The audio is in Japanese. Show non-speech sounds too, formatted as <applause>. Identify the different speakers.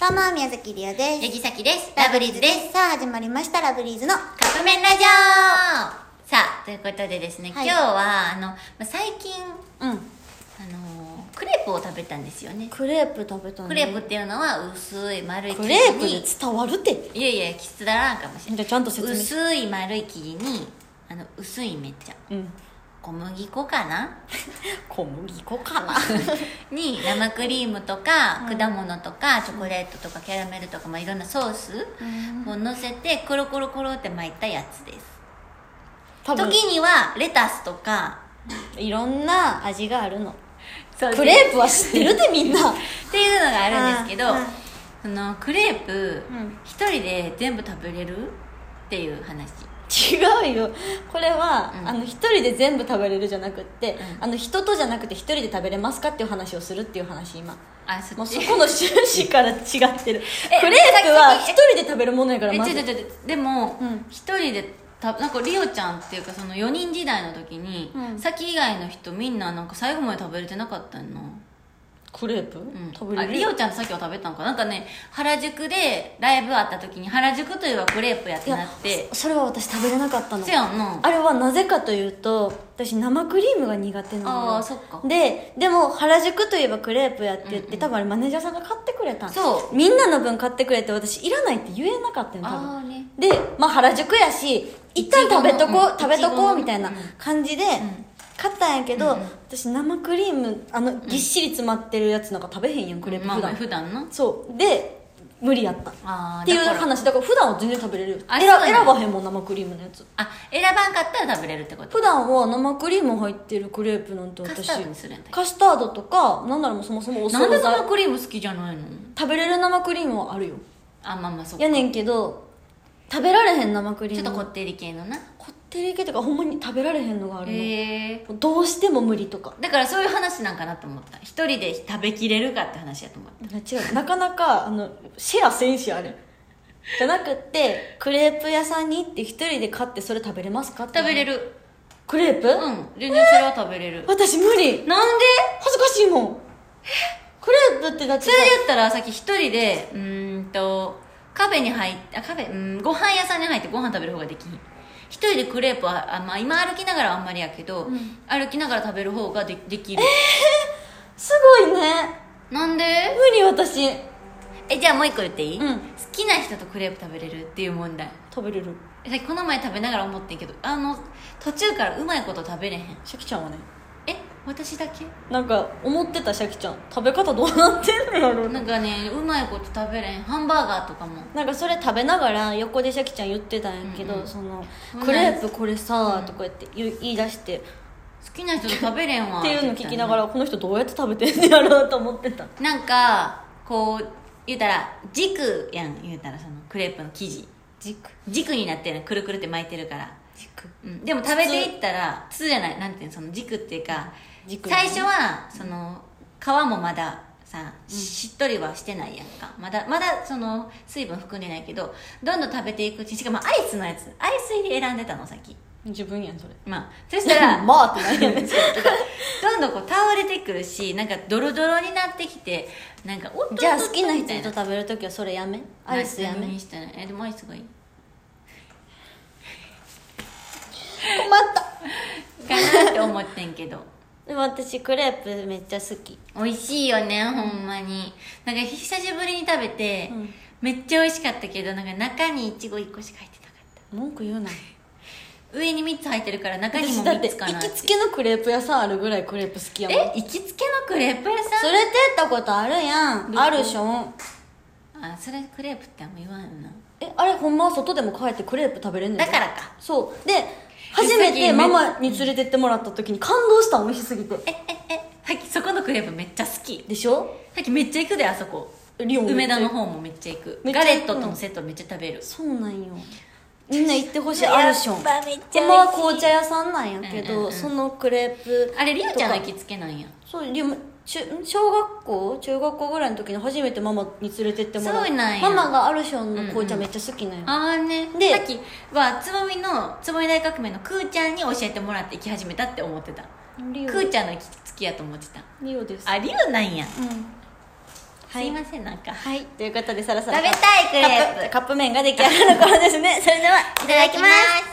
Speaker 1: どうも、宮崎りおで
Speaker 2: ヤ
Speaker 1: す。
Speaker 2: ギサキです。ラブリーズです。
Speaker 1: さあ、始まりました、ラブリーズの。は
Speaker 2: カップ麺ラジオさあ、ということでですね、
Speaker 1: はい
Speaker 2: 今日は、あの、まあ最近、
Speaker 1: うん。
Speaker 2: あのー、クレープを食べたんですよね。
Speaker 1: クレープ食べたの
Speaker 2: クレープっていうのは、薄い丸い生
Speaker 1: ク
Speaker 2: 地
Speaker 1: レープ
Speaker 2: に
Speaker 1: で、伝わるって。
Speaker 2: いやいや、きつだらんかもし
Speaker 1: じ
Speaker 2: れな
Speaker 1: ゃあ
Speaker 2: い。
Speaker 1: ちゃんと説明して
Speaker 2: 薄い丸い生地に、あの、薄いめっちゃ、
Speaker 1: うん。
Speaker 2: 小麦粉かな
Speaker 1: 小麦粉かな
Speaker 2: に、生クリームとか、果物とか、チョコレートとか、キャラメルとか、まあ、いろんなソースを乗せて、コロコロコロって巻いたやつです。
Speaker 1: <laughs> 多分、
Speaker 2: 時には、レタスとか、
Speaker 1: いろんな味があるの。ク
Speaker 2: ク
Speaker 1: レー
Speaker 2: レー
Speaker 1: プ
Speaker 2: プ
Speaker 1: は知ってるで、みん
Speaker 2: <laughs>
Speaker 1: な。
Speaker 2: っていうのがあるんですけど
Speaker 1: あーあー
Speaker 2: そのクレープ
Speaker 1: うん
Speaker 2: 一人で全部食べれるっていう話
Speaker 1: 違うよこれは、
Speaker 2: うん
Speaker 1: あの一人で全部食べれるじゃなくって、
Speaker 2: うん
Speaker 1: あの人とじゃなくて一人で食べれますかっていう話をするっていう話今
Speaker 2: あそ
Speaker 1: もう
Speaker 2: っち
Speaker 1: そこの趣旨から違ってる
Speaker 2: え
Speaker 1: クレープは
Speaker 2: さっ
Speaker 1: 一
Speaker 2: き
Speaker 1: 人で食べるものやから
Speaker 2: え
Speaker 1: ま
Speaker 2: ち
Speaker 1: ず
Speaker 2: ょちょちょでも
Speaker 1: うん
Speaker 2: 一人でたなんかリオちゃんっていうかその4人時代の時に
Speaker 1: うん
Speaker 2: さっき以外の人みんななんか最後まで食べれてなかったんの
Speaker 1: クレープ、
Speaker 2: うん
Speaker 1: 食べ
Speaker 2: あ
Speaker 1: れる
Speaker 2: リオちゃんとさっきは食べたんかなんかね原宿でライブあった時に原宿といえばクレープやっ
Speaker 1: い
Speaker 2: てな
Speaker 1: や
Speaker 2: って
Speaker 1: そそれは私食べれなかったの
Speaker 2: せやんの
Speaker 1: あれはなぜかというと私生クリームが苦手なの
Speaker 2: あーそっか
Speaker 1: ででも原宿といえばクレープやって言って、
Speaker 2: うんうん
Speaker 1: 多分あれマネージャーさんが買ってくれたん
Speaker 2: そう
Speaker 1: みんなの分買ってくれて私いらないって言えなかったよ多分
Speaker 2: あーね
Speaker 1: で、まあ、原宿やし一旦食べとこう、
Speaker 2: いちごのうん
Speaker 1: 食べと
Speaker 2: いちご
Speaker 1: こう
Speaker 2: の
Speaker 1: みたいな
Speaker 2: うん
Speaker 1: 感じで、
Speaker 2: ん
Speaker 1: 買ったんやけど、
Speaker 2: うんうん
Speaker 1: 私生クリームあのぎっしり詰まってるやつなんか食べへんやんクレープ
Speaker 2: まあ
Speaker 1: 普
Speaker 2: まあ
Speaker 1: 段、
Speaker 2: 普段の
Speaker 1: そうで無理やった
Speaker 2: あー
Speaker 1: っていう
Speaker 2: だから
Speaker 1: 話だから普段は全然食べれるよ
Speaker 2: あ
Speaker 1: 選
Speaker 2: そうなんや
Speaker 1: 選ばへんもん生クリームのやつ
Speaker 2: あ選ばんかったら食べれるってこと
Speaker 1: 普段は生クリーム入ってるクレープなんて私
Speaker 2: カスタードにするんだ
Speaker 1: カスタードとかなんならもうそもそもお惣
Speaker 2: なんで生
Speaker 1: 菜
Speaker 2: クリーム好きじゃないの
Speaker 1: 食べれる生クリームはあるよ
Speaker 2: あまあまあそっか
Speaker 1: やねんけど食べられへん生クリー
Speaker 2: ちょ
Speaker 1: ム
Speaker 2: っとこってり系のな
Speaker 1: こってり系とかほんまに食べられへんのがあるの、
Speaker 2: へえ
Speaker 1: もうどうしても無理とか
Speaker 2: だからそういう話なんかなと思った一人で食べきれるかって話やと思っ
Speaker 1: 違うなかなかあのシェアせんしあれじゃなくってクレープ屋さんに行って一人で買ってそれ食べれますかって
Speaker 2: た食べれる
Speaker 1: クレープ、
Speaker 2: うん全然それは食べれる
Speaker 1: 私無理
Speaker 2: なんで
Speaker 1: 恥ずかしいもんクレープってだって
Speaker 2: それで言ったらさっき一人でうーんとカフェに入ってあカフェうんご飯屋さんに入ってご飯食べる方ができひん一人でクレープはあ、まあ、今歩きながらはあんまりやけど、
Speaker 1: うん
Speaker 2: 歩きながら食べる方がでできる、
Speaker 1: すごいね
Speaker 2: なんで
Speaker 1: 無理私
Speaker 2: えじゃあもう一個言っていい、
Speaker 1: うん
Speaker 2: 好きな人とクレープ食べれるっていう問題
Speaker 1: 食べれる
Speaker 2: さっきこの前食べながら思ってんけどあの途中からうまいこと食べれへん
Speaker 1: シャキちゃんはね
Speaker 2: え私だけ
Speaker 1: なんか思ってたシャキちゃん食べ方どうなってんのやろう
Speaker 2: な
Speaker 1: なん
Speaker 2: かねうまいこと食べれへんハンバーガーとかも
Speaker 1: なんかそれ食べながら横でシャキちゃん言ってたんやけど、
Speaker 2: うんうん
Speaker 1: その
Speaker 2: うん
Speaker 1: クレープこれさとか言って言い言い出して、
Speaker 2: 好きな人と食べれんわ
Speaker 1: っていうの聞きながらこの人どうやって食べてんねやろうと思ってた
Speaker 2: なんかこう言うたら軸やん言うたらそのクレープの生地
Speaker 1: 軸
Speaker 2: 軸になってるのくるくるって巻いてるから、
Speaker 1: 軸
Speaker 2: うん、でも食べていったら筒じゃないなんていうのその軸っていうか
Speaker 1: 軸
Speaker 2: 最初はその皮もまださしっとりはしてないやんかまだまだその水分含んでないけどどんどん食べていくうちにしかもアイスのやつアイス入り選んでたのさっき
Speaker 1: 自分やんそれ
Speaker 2: まあそした
Speaker 1: <laughs>
Speaker 2: ら
Speaker 1: まあって何やねんそれ
Speaker 2: どんどんこう倒れてくるしなんかドロドロになってきてなんかおっとっとっと
Speaker 1: じゃあ好きな
Speaker 2: みたい
Speaker 1: 人と食べるときはそれやめアイスやめ
Speaker 2: 何
Speaker 1: 困っ
Speaker 2: にしたらえでもアイスがいい
Speaker 1: た
Speaker 2: <laughs> かなって思ってんけど
Speaker 1: でも私クレープめっちゃ好き
Speaker 2: 美味しいよねほんまになんか久しぶりに食べて、
Speaker 1: うん
Speaker 2: めっちゃ美味しかったけどなんか中にいちご1個しか入ってなかっ
Speaker 1: 文句言うな
Speaker 2: た上に3つ入ってるから中に
Speaker 1: <laughs> 私
Speaker 2: も
Speaker 1: だっ
Speaker 2: 3
Speaker 1: て
Speaker 2: つか
Speaker 1: 行
Speaker 2: なって
Speaker 1: きつけのクレープ屋さんあるぐらいクレープ好きやもん連
Speaker 2: え行きつけのクレープ屋さ
Speaker 1: れてったことあるやん
Speaker 2: どこ
Speaker 1: あるしょん
Speaker 2: んあそれクレープってあんま言わんよな
Speaker 1: えあれほんまは外でも帰ってクレープ食べれんねん
Speaker 2: だからか
Speaker 1: そうで初め
Speaker 2: さってき
Speaker 1: ママに連れてってもらった時に感動したん美味しすぎて
Speaker 2: えええさっきそこのクレープめっちゃ好き
Speaker 1: でしょ
Speaker 2: さっきめっちゃ行くであそこ
Speaker 1: リオン
Speaker 2: 梅田の方もめっちゃ行く
Speaker 1: めっちゃ
Speaker 2: ガ
Speaker 1: 行く
Speaker 2: レ
Speaker 1: の
Speaker 2: ットとのセットめっちゃ食べる
Speaker 1: そうなんよみんな行ってほしいアルション
Speaker 2: やっぱめっちゃ美味しい
Speaker 1: ほんまは紅茶屋さんなんやけど、
Speaker 2: うんうんうん
Speaker 1: そのクレープ
Speaker 2: あれリオちゃんの行
Speaker 1: とか
Speaker 2: きつけなんや
Speaker 1: そうリオ中小学校中学校ぐらいの時に初めてママに連れてってもらっ
Speaker 2: そうなんや
Speaker 1: ママがアルションの紅茶めっちゃ好きなんや、
Speaker 2: ああね
Speaker 1: で
Speaker 2: さっきはつぼみのつぼみ大革命のくーちゃんに教えてもらって行き始めたって思ってた
Speaker 1: リ
Speaker 2: くー
Speaker 1: オ
Speaker 2: ちゃんの行きつけやと思ってた
Speaker 1: リオです
Speaker 2: あリオなんや
Speaker 1: うん
Speaker 2: すいませんなんか
Speaker 1: はいということでそろそろ
Speaker 2: 食べたいクレー
Speaker 1: カッ
Speaker 2: プ
Speaker 1: プカップ麺が出来上がる頃ですねそれではい
Speaker 2: いただきます